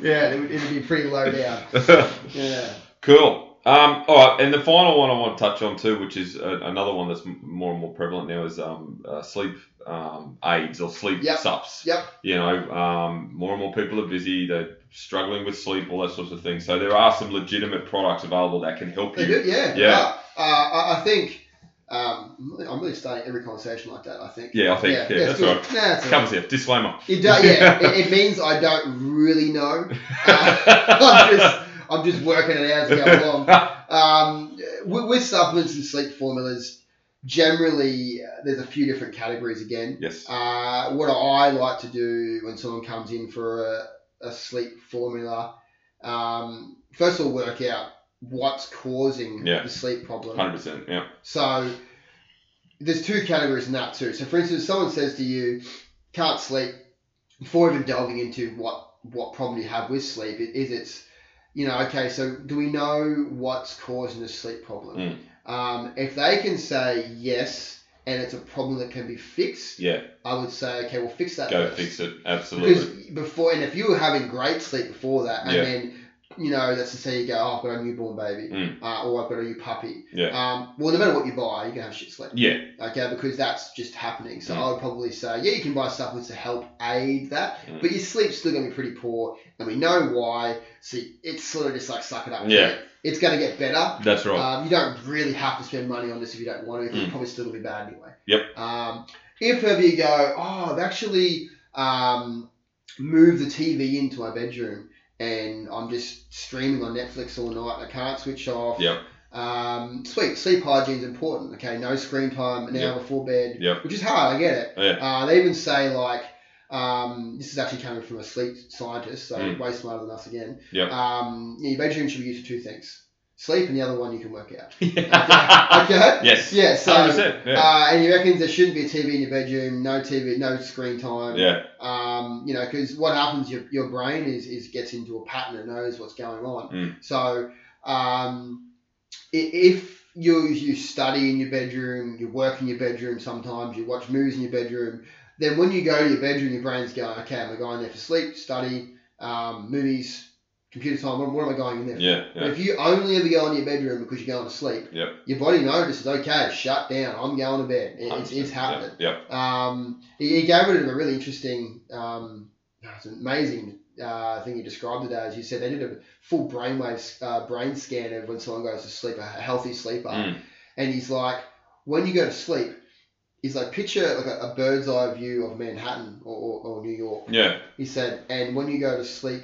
yeah, it would, it'd be pretty low down. Yeah.
Cool. Um, all right, and the final one I want to touch on too, which is uh, another one that's m- more and more prevalent now, is um, uh, sleep um, aids or sleep
Yep.
subs.
Yep.
You know, um, more and more people are busy. They're struggling with sleep, all that sorts of things. So there are some legitimate products available that can help
They
you.
do, yeah.
Yeah.
Uh, I, I think um, I'm really starting every conversation like that. I think.
Yeah, I think yeah, that's
good.
all right.
Nah, that's all right.
Covers it. Disclaimer.
It do, yeah, it, it means I don't really know. I'm just, I'm just working it out as I go along. Um, with, with supplements and sleep formulas, generally uh, there's a few different categories again.
yes.
Uh, what I like to do when someone comes in for a, a sleep formula, um, first of all, work out what's causing
Yeah.
the sleep problem.
Hundred percent. Yeah.
So there's two categories in that too. So for instance, someone says to you, can't sleep. Before even delving into what what problem you have with sleep, it is it's you know okay. So do we
Mm.
know what's causing the sleep problem? Um, if they can say yes, and it's a problem that can be fixed,
Yeah,
I would say, okay, we'll fix that.
go
first.
fix it. Absolutely.
Because before, and if you were having great sleep before that, and
Yeah.
then you know, that's to say you go, oh, I've got a newborn baby,
Mm.
uh, or I've got a new puppy.
Yeah.
Um, well, no matter what you buy, you're gonna have shit sleep.
Yeah,
Okay, because that's just happening. So
Mm.
I would probably say, yeah, you can buy supplements to help aid that,
Mm.
but your sleep's still gonna be pretty poor, and we know why. See, it's sort of just like suck it up.
Yeah.
mate. It's gonna get better.
that's right.
Um, you don't really have to spend money on this if you don't want to. because It's
Mm.
probably still gonna be bad anyway.
Yep.
Um, if ever you go, oh, I've actually um, moved the TV into my bedroom and I'm just streaming on Netflix all night. and I can't switch off.
Yep.
Um, sweet. Sleep hygiene is important. Okay, no screen time an
Yep.
hour before bed,
Yep. Oh,
which is hard. I get it.
Yeah.
Uh, they even say like um, this is actually coming from a sleep scientist, so
Mm.
way smarter than us again.
Yep.
Um, your bedroom should be used for two things: sleep, and the other one you can work out.
yes.
Okay. Yeah. So.
100%. Yeah.
Uh, and he reckons there shouldn't be a TV in your bedroom, no TV, no screen time.
Yeah.
Um, you know, because what happens, your, your brain is, is gets into a pattern and knows what's going on.
Mm.
So, um, i- if you you study in your bedroom, you work in your bedroom, sometimes you watch movies in your bedroom, then when you go to your bedroom, your brain's going, okay, am I going there for sleep, study, um, movies, computer time? What, what am I going in there for?
Yeah.
But
Yeah.
if you only ever go into your bedroom because you're going to sleep,
Yep.
your body notices, okay, shut down, I'm going to bed. It- it's, it's
100%.
happening.
Yeah.
Um, he, he gave it a really interesting, um, it's an amazing uh, thing you described today. As you said, they did a full brainwave uh, brain scan of when someone goes to sleep, a healthy sleeper.
Mm.
And he's like, when you go to sleep, he's like, picture like a, a bird's eye view of Manhattan or, or, or New York.
Yeah.
He said, and when you go to sleep,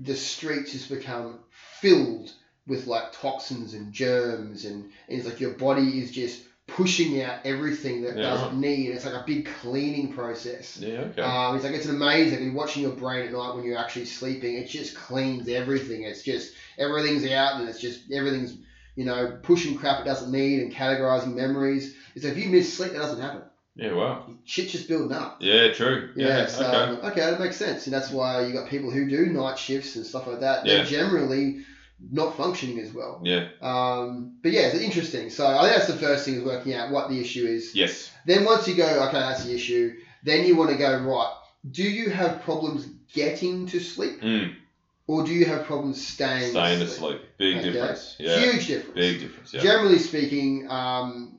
the streets just become filled with like toxins and germs, and, and it's like your body is just pushing out everything that
Yeah,
doesn't need. It's like a big cleaning process.
Yeah. Okay.
Um, it's like it's amazing. You're watching your brain at night when you're actually sleeping. It just cleans everything. It's just everything's out, and it's just everything's you know pushing crap it doesn't need and categorizing memories. It's like if you miss sleep, that doesn't happen.
Yeah. Wow.
Shit just building up.
Yeah. True.
Yeah,
Yeah.
so
Okay.
okay. that makes sense, and that's why you got people who do night shifts and stuff like that.
Yeah.
They're generally not functioning as well.
Yeah.
Um, but yeah, it's interesting. So I think that's the first thing is working out what the issue is.
Yes.
Then once you go, okay, that's the issue. Then you want to go right. Do you have problems getting to sleep,
Mm.
or do you have problems staying?
Staying asleep. Big
Okay.
difference. Yeah.
Huge difference.
Big difference. Yeah.
Generally speaking, um,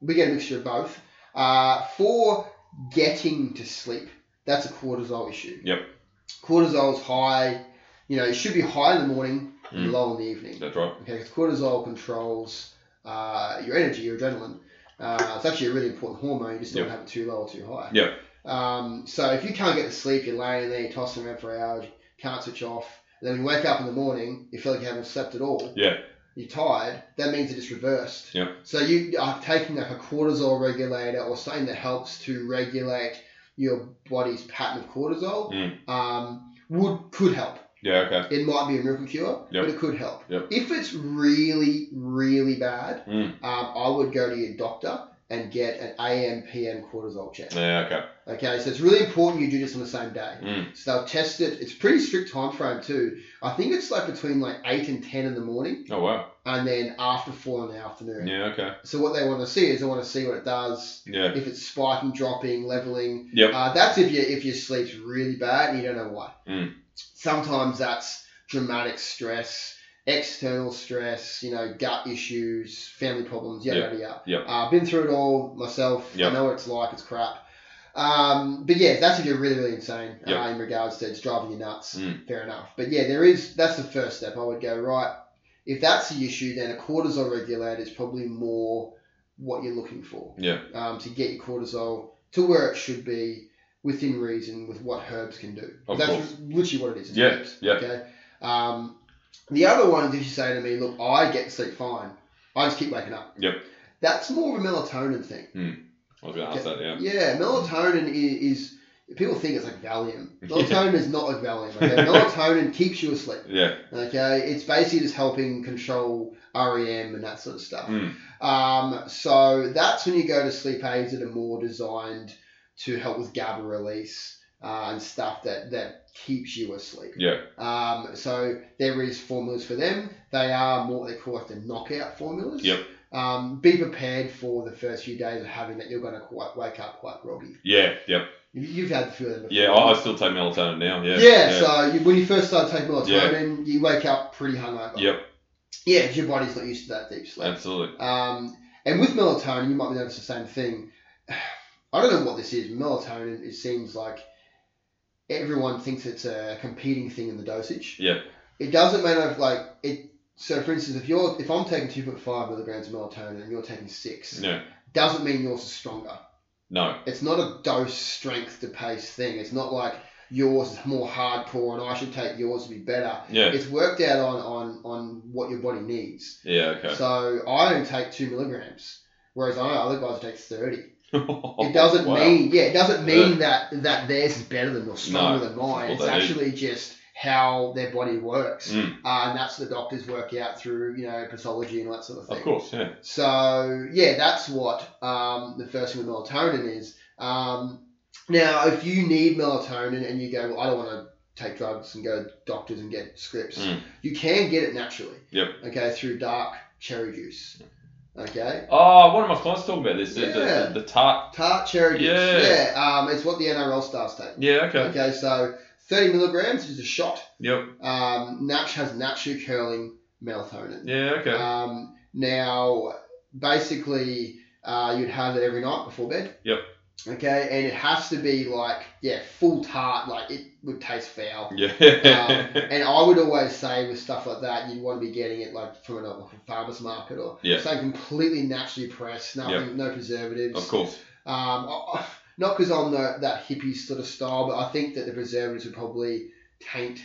we get a mixture of both. Uh, for getting to sleep, that's a cortisol issue.
Yep.
Cortisol's high. You know, it should be high in the morning and
Mm.
low in the evening.
That's right.
Okay, 'cause cortisol controls uh, your energy, your adrenaline. Uh, it's actually a really important hormone. You just don't
Yep.
have it too low or too high.
Yep.
Um, so if you can't get to sleep, you're laying there, you're tossing around for hours, you can't switch off. And then when you wake up in the morning, you feel like you haven't slept at all.
Yeah.
You're tired. That means it is reversed.
Yep.
So you are taking like a cortisol regulator or something that helps to regulate your body's pattern of cortisol.
Mm.
Um, would could help.
Yeah. Okay.
It might be a miracle cure,
Yep.
but it could help.
Yep.
If it's really, really bad,
Mm.
um, I would go to your doctor and get an AM PM cortisol check.
Yeah. Okay.
Okay, so it's really important you do this on the same day.
Mm.
So they'll test it. It's pretty strict time frame too. I think it's like between like eight and ten in the morning,
Oh wow.
and then after four in the afternoon.
Yeah. Okay.
So what they want to see is they want to see what it does,
Yeah.
if it's spiking, dropping, leveling.
Yep.
Uh, that's if your if your sleep's really bad and you don't know why.
Mm.
Sometimes that's dramatic stress, external stress, you know, gut issues, family problems, yada
Yep.
yada yada.
Yep.
Uh, been through it all myself.
Yep.
I know what it's like. It's crap. Um, but yeah, that's if you're really really insane
Yep.
uh, in regards to it's driving you nuts.
Mm.
Fair enough. But yeah, there is that's the first step. I would go right. If that's the issue, then a cortisol regulator is probably more what you're looking for
Yeah.
um, to get your cortisol to where it should be within reason with what herbs can do.
Of
That's
course.
literally what it is. it's
Yeah,
herbs,
yeah.
Okay. Um, the other one is if you say to me, look, I get to sleep fine. I just keep waking up.
Yep.
That's more of a melatonin thing.
I was gonna ask that. Yeah.
Yeah, melatonin is, is people think it's like Valium. Melatonin is not like Valium. Okay? melatonin keeps you asleep.
Yeah.
Okay, uh, it's basically just helping control REM and that sort of stuff.
Mm.
Um, so that's when you go to sleep aids that are more designed to help with GABA release uh, and stuff that that keeps you asleep.
Yeah.
Um, so there is formulas for them. They are more what they call like the knockout formulas.
Yep.
Um, be prepared for the first few days of having that. You're going to quite wake up quite groggy.
Yeah, yep.
You- You've had a few of them before.
Yeah, I, I still take melatonin now. Yeah.
Yeah, so you, when you first start taking melatonin, you wake up pretty hungover.
Yep,
Yeah, 'cause your body's not used to that deep sleep.
absolutely.
Um, and with melatonin, you might notice the same thing. I don't know what this is. Melatonin, it seems like everyone thinks it's a competing thing in the dosage.
Yeah.
It doesn't matter if like it. So for instance, if you're if I'm taking two point five milligrams of melatonin and you're taking six,
No,
doesn't mean yours is stronger.
no.
It's not a dose strength to pace thing. It's not like yours is more hardcore and I should take yours to be better.
Yeah,
It's worked out on on on what your body needs.
yeah, okay.
So I don't take two milligrams, whereas I know other guys take thirty.
it
it doesn't
Oh, wow.
mean yeah, it doesn't mean that that theirs is better than or stronger than mine.
Well,
It's
they-
actually just how their body works,
Mm.
uh, and that's the doctors work out through you know pathology and all that sort of thing.
Of course, yeah.
So yeah, that's what um, the first thing with melatonin is. Um, now, if you need melatonin and you go, well, I don't want to take drugs and go to doctors and get scripts,
Mm.
you can get it naturally.
Yep.
Okay, through dark cherry juice. Okay,
Oh, one of my clients talking about this. The,
Yeah.
the, the, the tart.
tart cherry juice.
Yeah.
Yeah. um, it's what the NRL stars take.
Yeah, okay.
Okay, so 30 milligrams is a shot.
Yep.
Um, Natch has naturally curling melatonin.
Yeah, okay.
Um, now, basically, uh, you'd have it every night before bed.
Yep.
Okay, and it has to be like, yeah, full tart, like it would taste foul.
Yeah.
Um, and I would always say with stuff like that, you want to be getting it like from a, like a farmer's market or
Yeah.
something completely naturally pressed, nothing, no preservatives.
of course.
Um, I- I- not because I'm the, that hippie sort of style, but I think that the preservatives would probably taint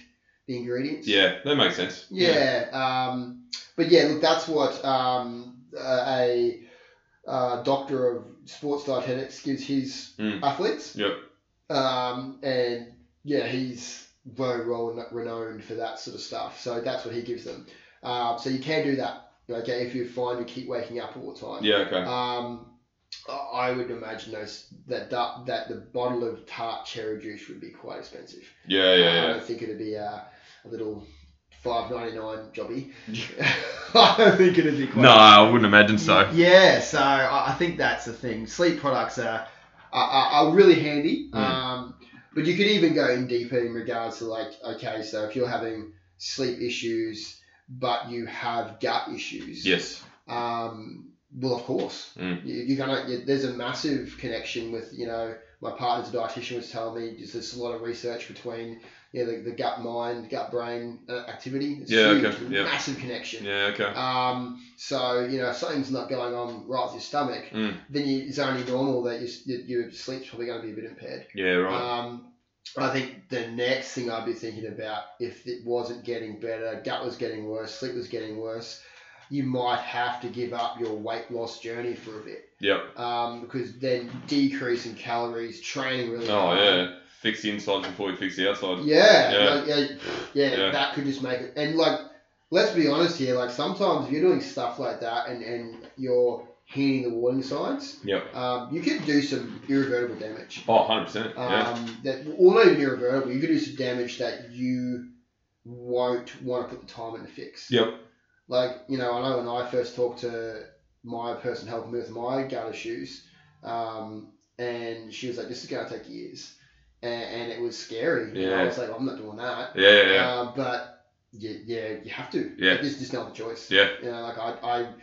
the ingredients.
Yeah, that makes sense.
Yeah. Um, but yeah, look, that's what um, a, a uh, doctor of sports dietetics gives his
Mm.
athletes.
Yep.
Um, and yeah, he's very well kn- renowned for that sort of stuff. So that's what he gives them. Um, so you can do that. Okay, if you find you keep waking up all the time.
Yeah, okay.
Um, I I would imagine those that that, that the bottle of tart cherry juice would be quite expensive.
Yeah,
I
yeah,
don't think it'd be a, a little five ninety nine jobby.
yeah.
I don't think it'd be quite.
No, I wouldn't imagine so.
Yeah, so I, I think that's the thing. Sleep products are are, are are really handy.
Mm.
Um, but you could even go in deeper in regards to like, okay, so if you're having sleep issues, but you have gut issues.
Yes.
Um, well, of course,
Mm.
you, you're gonna. You, there's a massive connection with you know. My partner's a dietitian was telling me there's just a lot of research between you know, the, the gut mind, gut brain uh, activity. It's
Yeah,
huge,
okay, yeah.
massive connection.
Yeah, okay.
Um, so you know, if something's not going on right with your stomach,
Mm.
then you, it's only normal that your your, your sleep's probably going to be a bit impaired.
Yeah, right.
Um, I think the next thing I'd be thinking about, if it wasn't getting better, gut was getting worse, sleep was getting worse, you might have to give up your weight loss journey for a bit.
Yep.
Um, because then decreasing calories, training really
Oh,
hard.
yeah. Fix the inside before you fix the outside.
Yeah,
Yeah.
like, yeah, yeah,
Yeah.
that could just make it. And like, let's be honest here. Like sometimes if you're doing stuff like that, and and you're hitting the warning signs.
Yep.
Um, you could do some irreversible damage.
Oh, 100%.
Um,
Yeah.
that or not even irreversible. You could do some damage that you won't want to put the time in to fix.
Yep.
Like you know, I know when I first talked to my person helping me with my gut issues, um, and she was like, "This is gonna take years," and, and it was scary. And I
Yeah.
was like, "I'm not doing that."
Yeah, yeah, yeah.
Uh, but yeah, yeah, you have to.
Yeah.
Like, there's just no other choice.
Yeah.
You know, like I, I,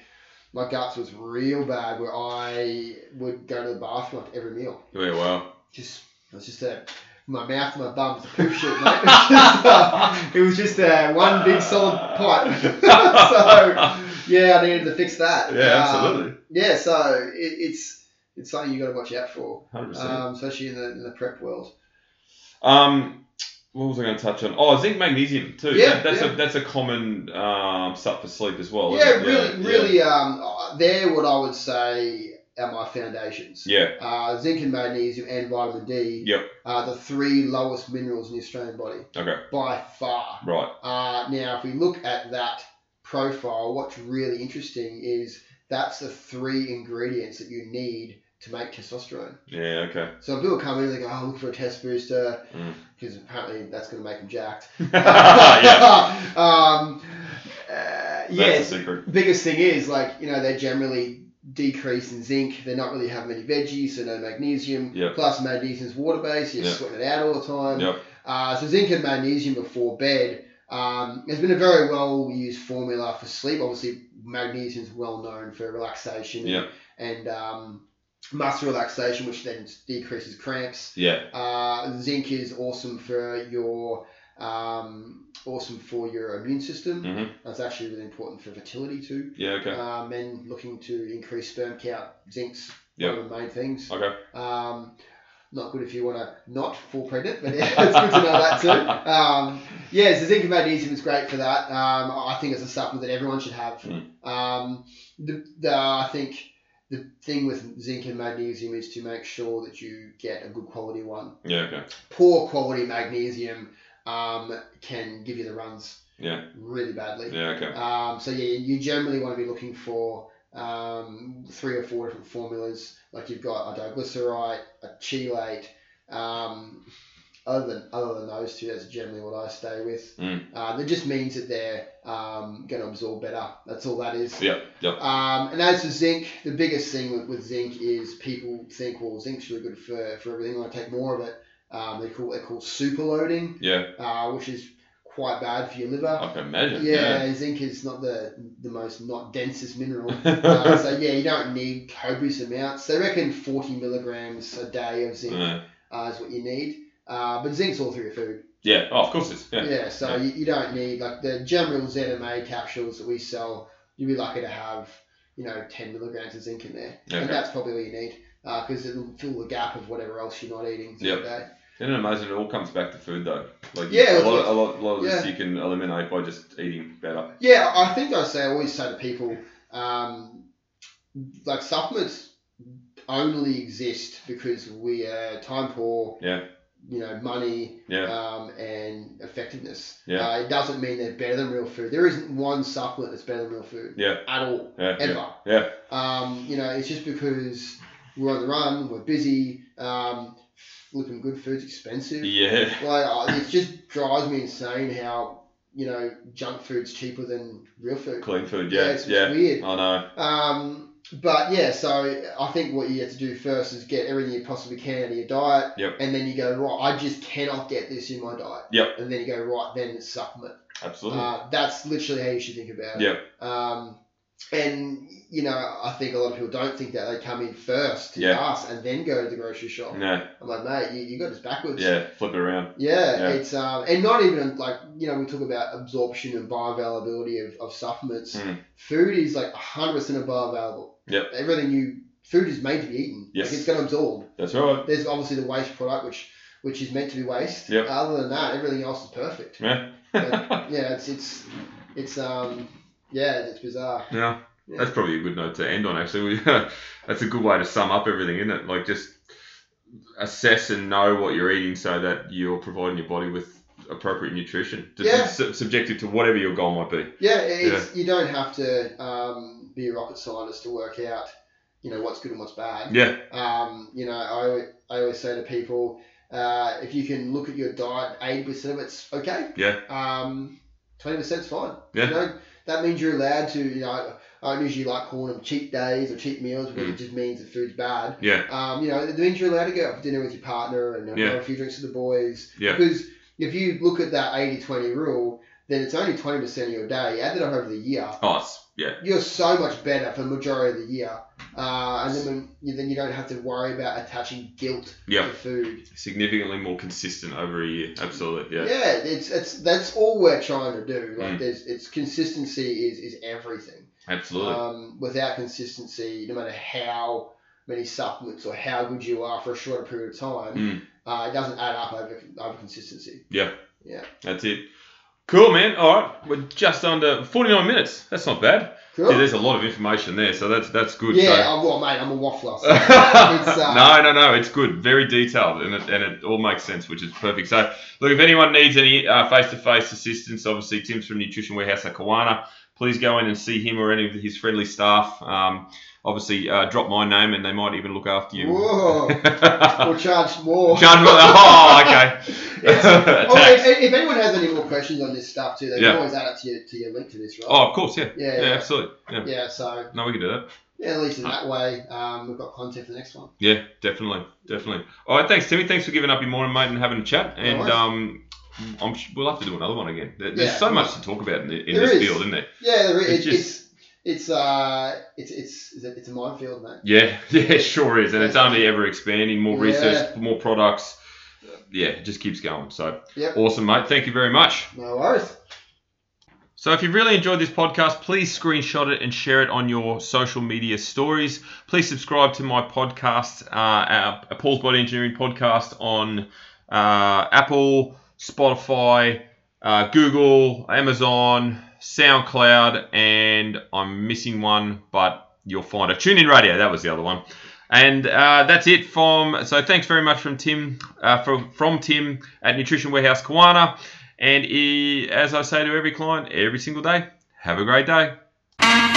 my guts was real bad where I would go to the bathroom after every meal.
Yeah, wow.
Just it was just a my mouth and my bum was a poop shit, mate. It was just, uh, it was just uh, one big solid pipe. so yeah, I needed to fix that.
Yeah,
Um,
absolutely.
yeah, so it, it's it's something you got to watch out for,
100%.
um, especially in the in the prep world.
Um, what was I going to touch on? Oh, zinc magnesium too.
Yeah,
That- that's
yeah.
a that's a common um sub for sleep as well.
yeah,
isn't it?
really,
yeah,
really. Um, uh, they're what I would say are my foundations.
Yeah,
Uh, zinc and magnesium and vitamin D
Yep.
are the three lowest minerals in the Australian body
Okay.
by far.
right.
Uh, now, if we look at that profile, what's really interesting is that's the three ingredients that you need to make testosterone.
Yeah, okay.
So when people come in, they go, "Oh, look for a test booster,"
Mm.
because apparently that's going to make them jacked.
yeah.
um, uh, yeah,
That's the secret.
biggest thing is like you know they generally decrease in zinc. They're not really having any veggies, so no magnesium.
Yep.
Plus magnesium is water based. You're
Yep.
sweating it out all the time.
Yep.
Uh, so zinc and magnesium before bed. Um, it's been a very well used formula for sleep. Obviously, magnesium is well known for relaxation and-
Yep.
and um, muscle relaxation, which then decreases cramps.
Yeah.
Uh, zinc is awesome for your um, awesome for your immune system.
Mhm.
That's actually really important for fertility too.
Yeah. Okay.
Uh, men looking to increase sperm count, zinc's one of the main things.
Okay.
Um, not good if you want to not fall pregnant, but yeah, it's good to know that too. Um, yeah, so zinc and magnesium is great for that. Um, I think it's a supplement that everyone should have.
Mm.
Um, the, the, I think the thing with zinc and magnesium is to make sure that you get a good quality one
Yeah. Okay.
poor quality magnesium um, can give you the runs
Yeah.
really badly.
Yeah. Okay.
Um, so yeah, you generally want to be looking for um, three or four different formulas. Like you've got a diglyceride, a chelate. Um, other than other than those two, that's generally what I stay with.
Mm.
Uh, that just means that they're um, going to absorb better. That's all that is.
Yep. Yep.
Um, and as for zinc, the biggest thing with, with zinc is people think, well, zinc's really good for, for everything. I want to take more of it. Um, they call they call superloading,
Yeah.
uh, which is quite bad for your liver.
I can imagine.
Yeah, zinc is not the the most not densest mineral. uh, so yeah, you don't need copious amounts. They reckon 40 milligrams a day of zinc
Yeah.
uh, is what you need. Uh, but zinc's all through your food.
Yeah. Oh, of course it's. Yeah.
Yeah, so
Yeah.
You, you don't need like the general ZMA capsules that we sell. You'd be lucky to have, you know, 10 milligrams of zinc in there,
Okay.
and that's probably all you need because it'll fill the gap of whatever else you're not eating through
Yep.
the day.
Can you imagine it all comes back to food though? Like
Yeah,
a
that's
lot,
what-
a lot, a lot of this
yeah.
you can eliminate by just eating better.
Yeah, I think I say I always say to people, um, like supplements only exist because we are time poor.
Yeah.
You know, money,
Yeah,
um, and effectiveness.
Yeah.
Uh, it doesn't mean they're better than real food. There isn't one supplement that's better than real food.
Yeah.
At all.
yeah, yeah,
Ever.
Yeah.
Um, you know, it's just because we're on the run, we're busy, um, flipping good food's expensive.
yeah,
Like, I- it just drives me insane how, you know, junk food's cheaper than real food.
clean food. Yeah,
it's,
yeah.
it's weird.
I know.
Um, but yeah, so I think what you have to do first is get everything you possibly can out of your diet,
Yep.
and then you go right. I just cannot get this in my diet.
Yep.
And then you go right. Then it's supplement.
Absolutely.
Uh, that's literally how you should think about it.
Yep.
Um, and you know, I think a lot of people don't think that they come in first to
Yeah.
us and then go to the grocery shop.
yeah,
I'm like, mate, you, you got this backwards.
yeah. Flip it around.
Yeah,
Yeah.
it's um, and not even like you know we talk about absorption and bioavailability of, of supplements.
Mm.
Food is like hundred percent bioavailable.
Yep.
Everything you food is made to be eaten. Like,
Yes.
it's going to absorb.
That's right.
There's obviously the waste product which which is meant to be waste.
Yep.
Other than that, everything else is perfect.
Yeah.
But, yeah, it's it's it's um yeah it's bizarre.
Yeah,
Yeah.
that's probably a good note to end on. Actually, that's a good way to sum up everything, isn't it? Like just assess and know what you're eating so that you're providing your body with appropriate nutrition. Just
Yeah.
it's sub- subjective to whatever your goal might be.
Yeah, it's, you don't have to um, be a rocket scientist to work out you know what's good and what's bad.
Yeah,
Um, you know, I, I always say to people, uh, if you can look at your diet, eighty percent of it's okay.
Yeah.
Um, twenty percent's fine.
Yeah.
You know, that means you're allowed to. You know, I don't usually like calling them cheat days or cheat meals because it just means that food's
Mm.
bad.
yeah,
Um, you know, it means you're allowed to go out for dinner with your partner and have
Yeah.
a few drinks with the boys.
Yeah.
Because if you look at that 80-20 rule, then it's only twenty percent of your day. You add that up over the year
oh, it's- yeah,
you're so much better for the majority of the year. Uh, and then when you, then you don't have to worry about attaching guilt
yeah.
to food.
Significantly more consistent over a year. Absolutely, yeah.
it's it's that's all we're trying to do. Like
Mm.
there's it's consistency is is everything.
absolutely.
Um, without consistency, no matter how many supplements or how good you are for a shorter period of time,
Mm.
uh, it doesn't add up over over consistency.
That's it. Cool, man. All right, we're just under 49 minutes. That's not bad.
Cool.
Yeah, there's a lot of information there, so that's that's good.
yeah,
so-
I'm, well, mate, I'm a waffler. So uh,
no, no, no. It's good. Very detailed, and it, and it all makes sense, which is perfect. So, look, if anyone needs any uh, face-to-face assistance, obviously Tim's from Nutrition Warehouse at Kiwana. Please go in and see him or any of his friendly staff. Um, obviously uh, drop my name and they might even look after you.
Whoa. We'll charge more.
John, oh, okay.
Yes. Oh,
Attacks.
if, if anyone has any more questions on this stuff too, they
Yeah.
can always add it to your, to your link to this, right?
Oh, of course, yeah.
yeah,
Yeah,
yeah. yeah.
absolutely. Yeah.
so
No, we can do that.
yeah, at least in that way, um, we've got content for the next one.
Yeah, definitely, definitely. All right, thanks, Timmy. Thanks for giving up your morning, mate, and having a chat.
No
And
worries.
um, I'm, sh- we'll have to do another one again. There- There's
Yeah.
so much to talk about in, the, in
There
this
is.
field, isn't there?
Yeah, there
It's
is, it's,
just-
it's it's uh it's it's it's a, it's a minefield, mate.
Yeah, yeah, it sure is, and it's only ever expanding. More research, more products. Yeah, it just keeps going. So
Yep.
awesome, mate. Thank you very much.
No worries.
So if you've really enjoyed this podcast, please screenshot it and share it on your social media stories. Please subscribe to my podcast, uh, our- Paul's Body Engineering podcast on uh, Apple, Spotify, uh, Google, Amazon, SoundCloud, and I'm missing one, but you'll find it. TuneIn Radio, that was the other one. And uh, that's it from. So thanks very much from Tim, uh, from from Tim at Nutrition Warehouse Kiwana. e, And eh, as I say to every client every single day, have a great day.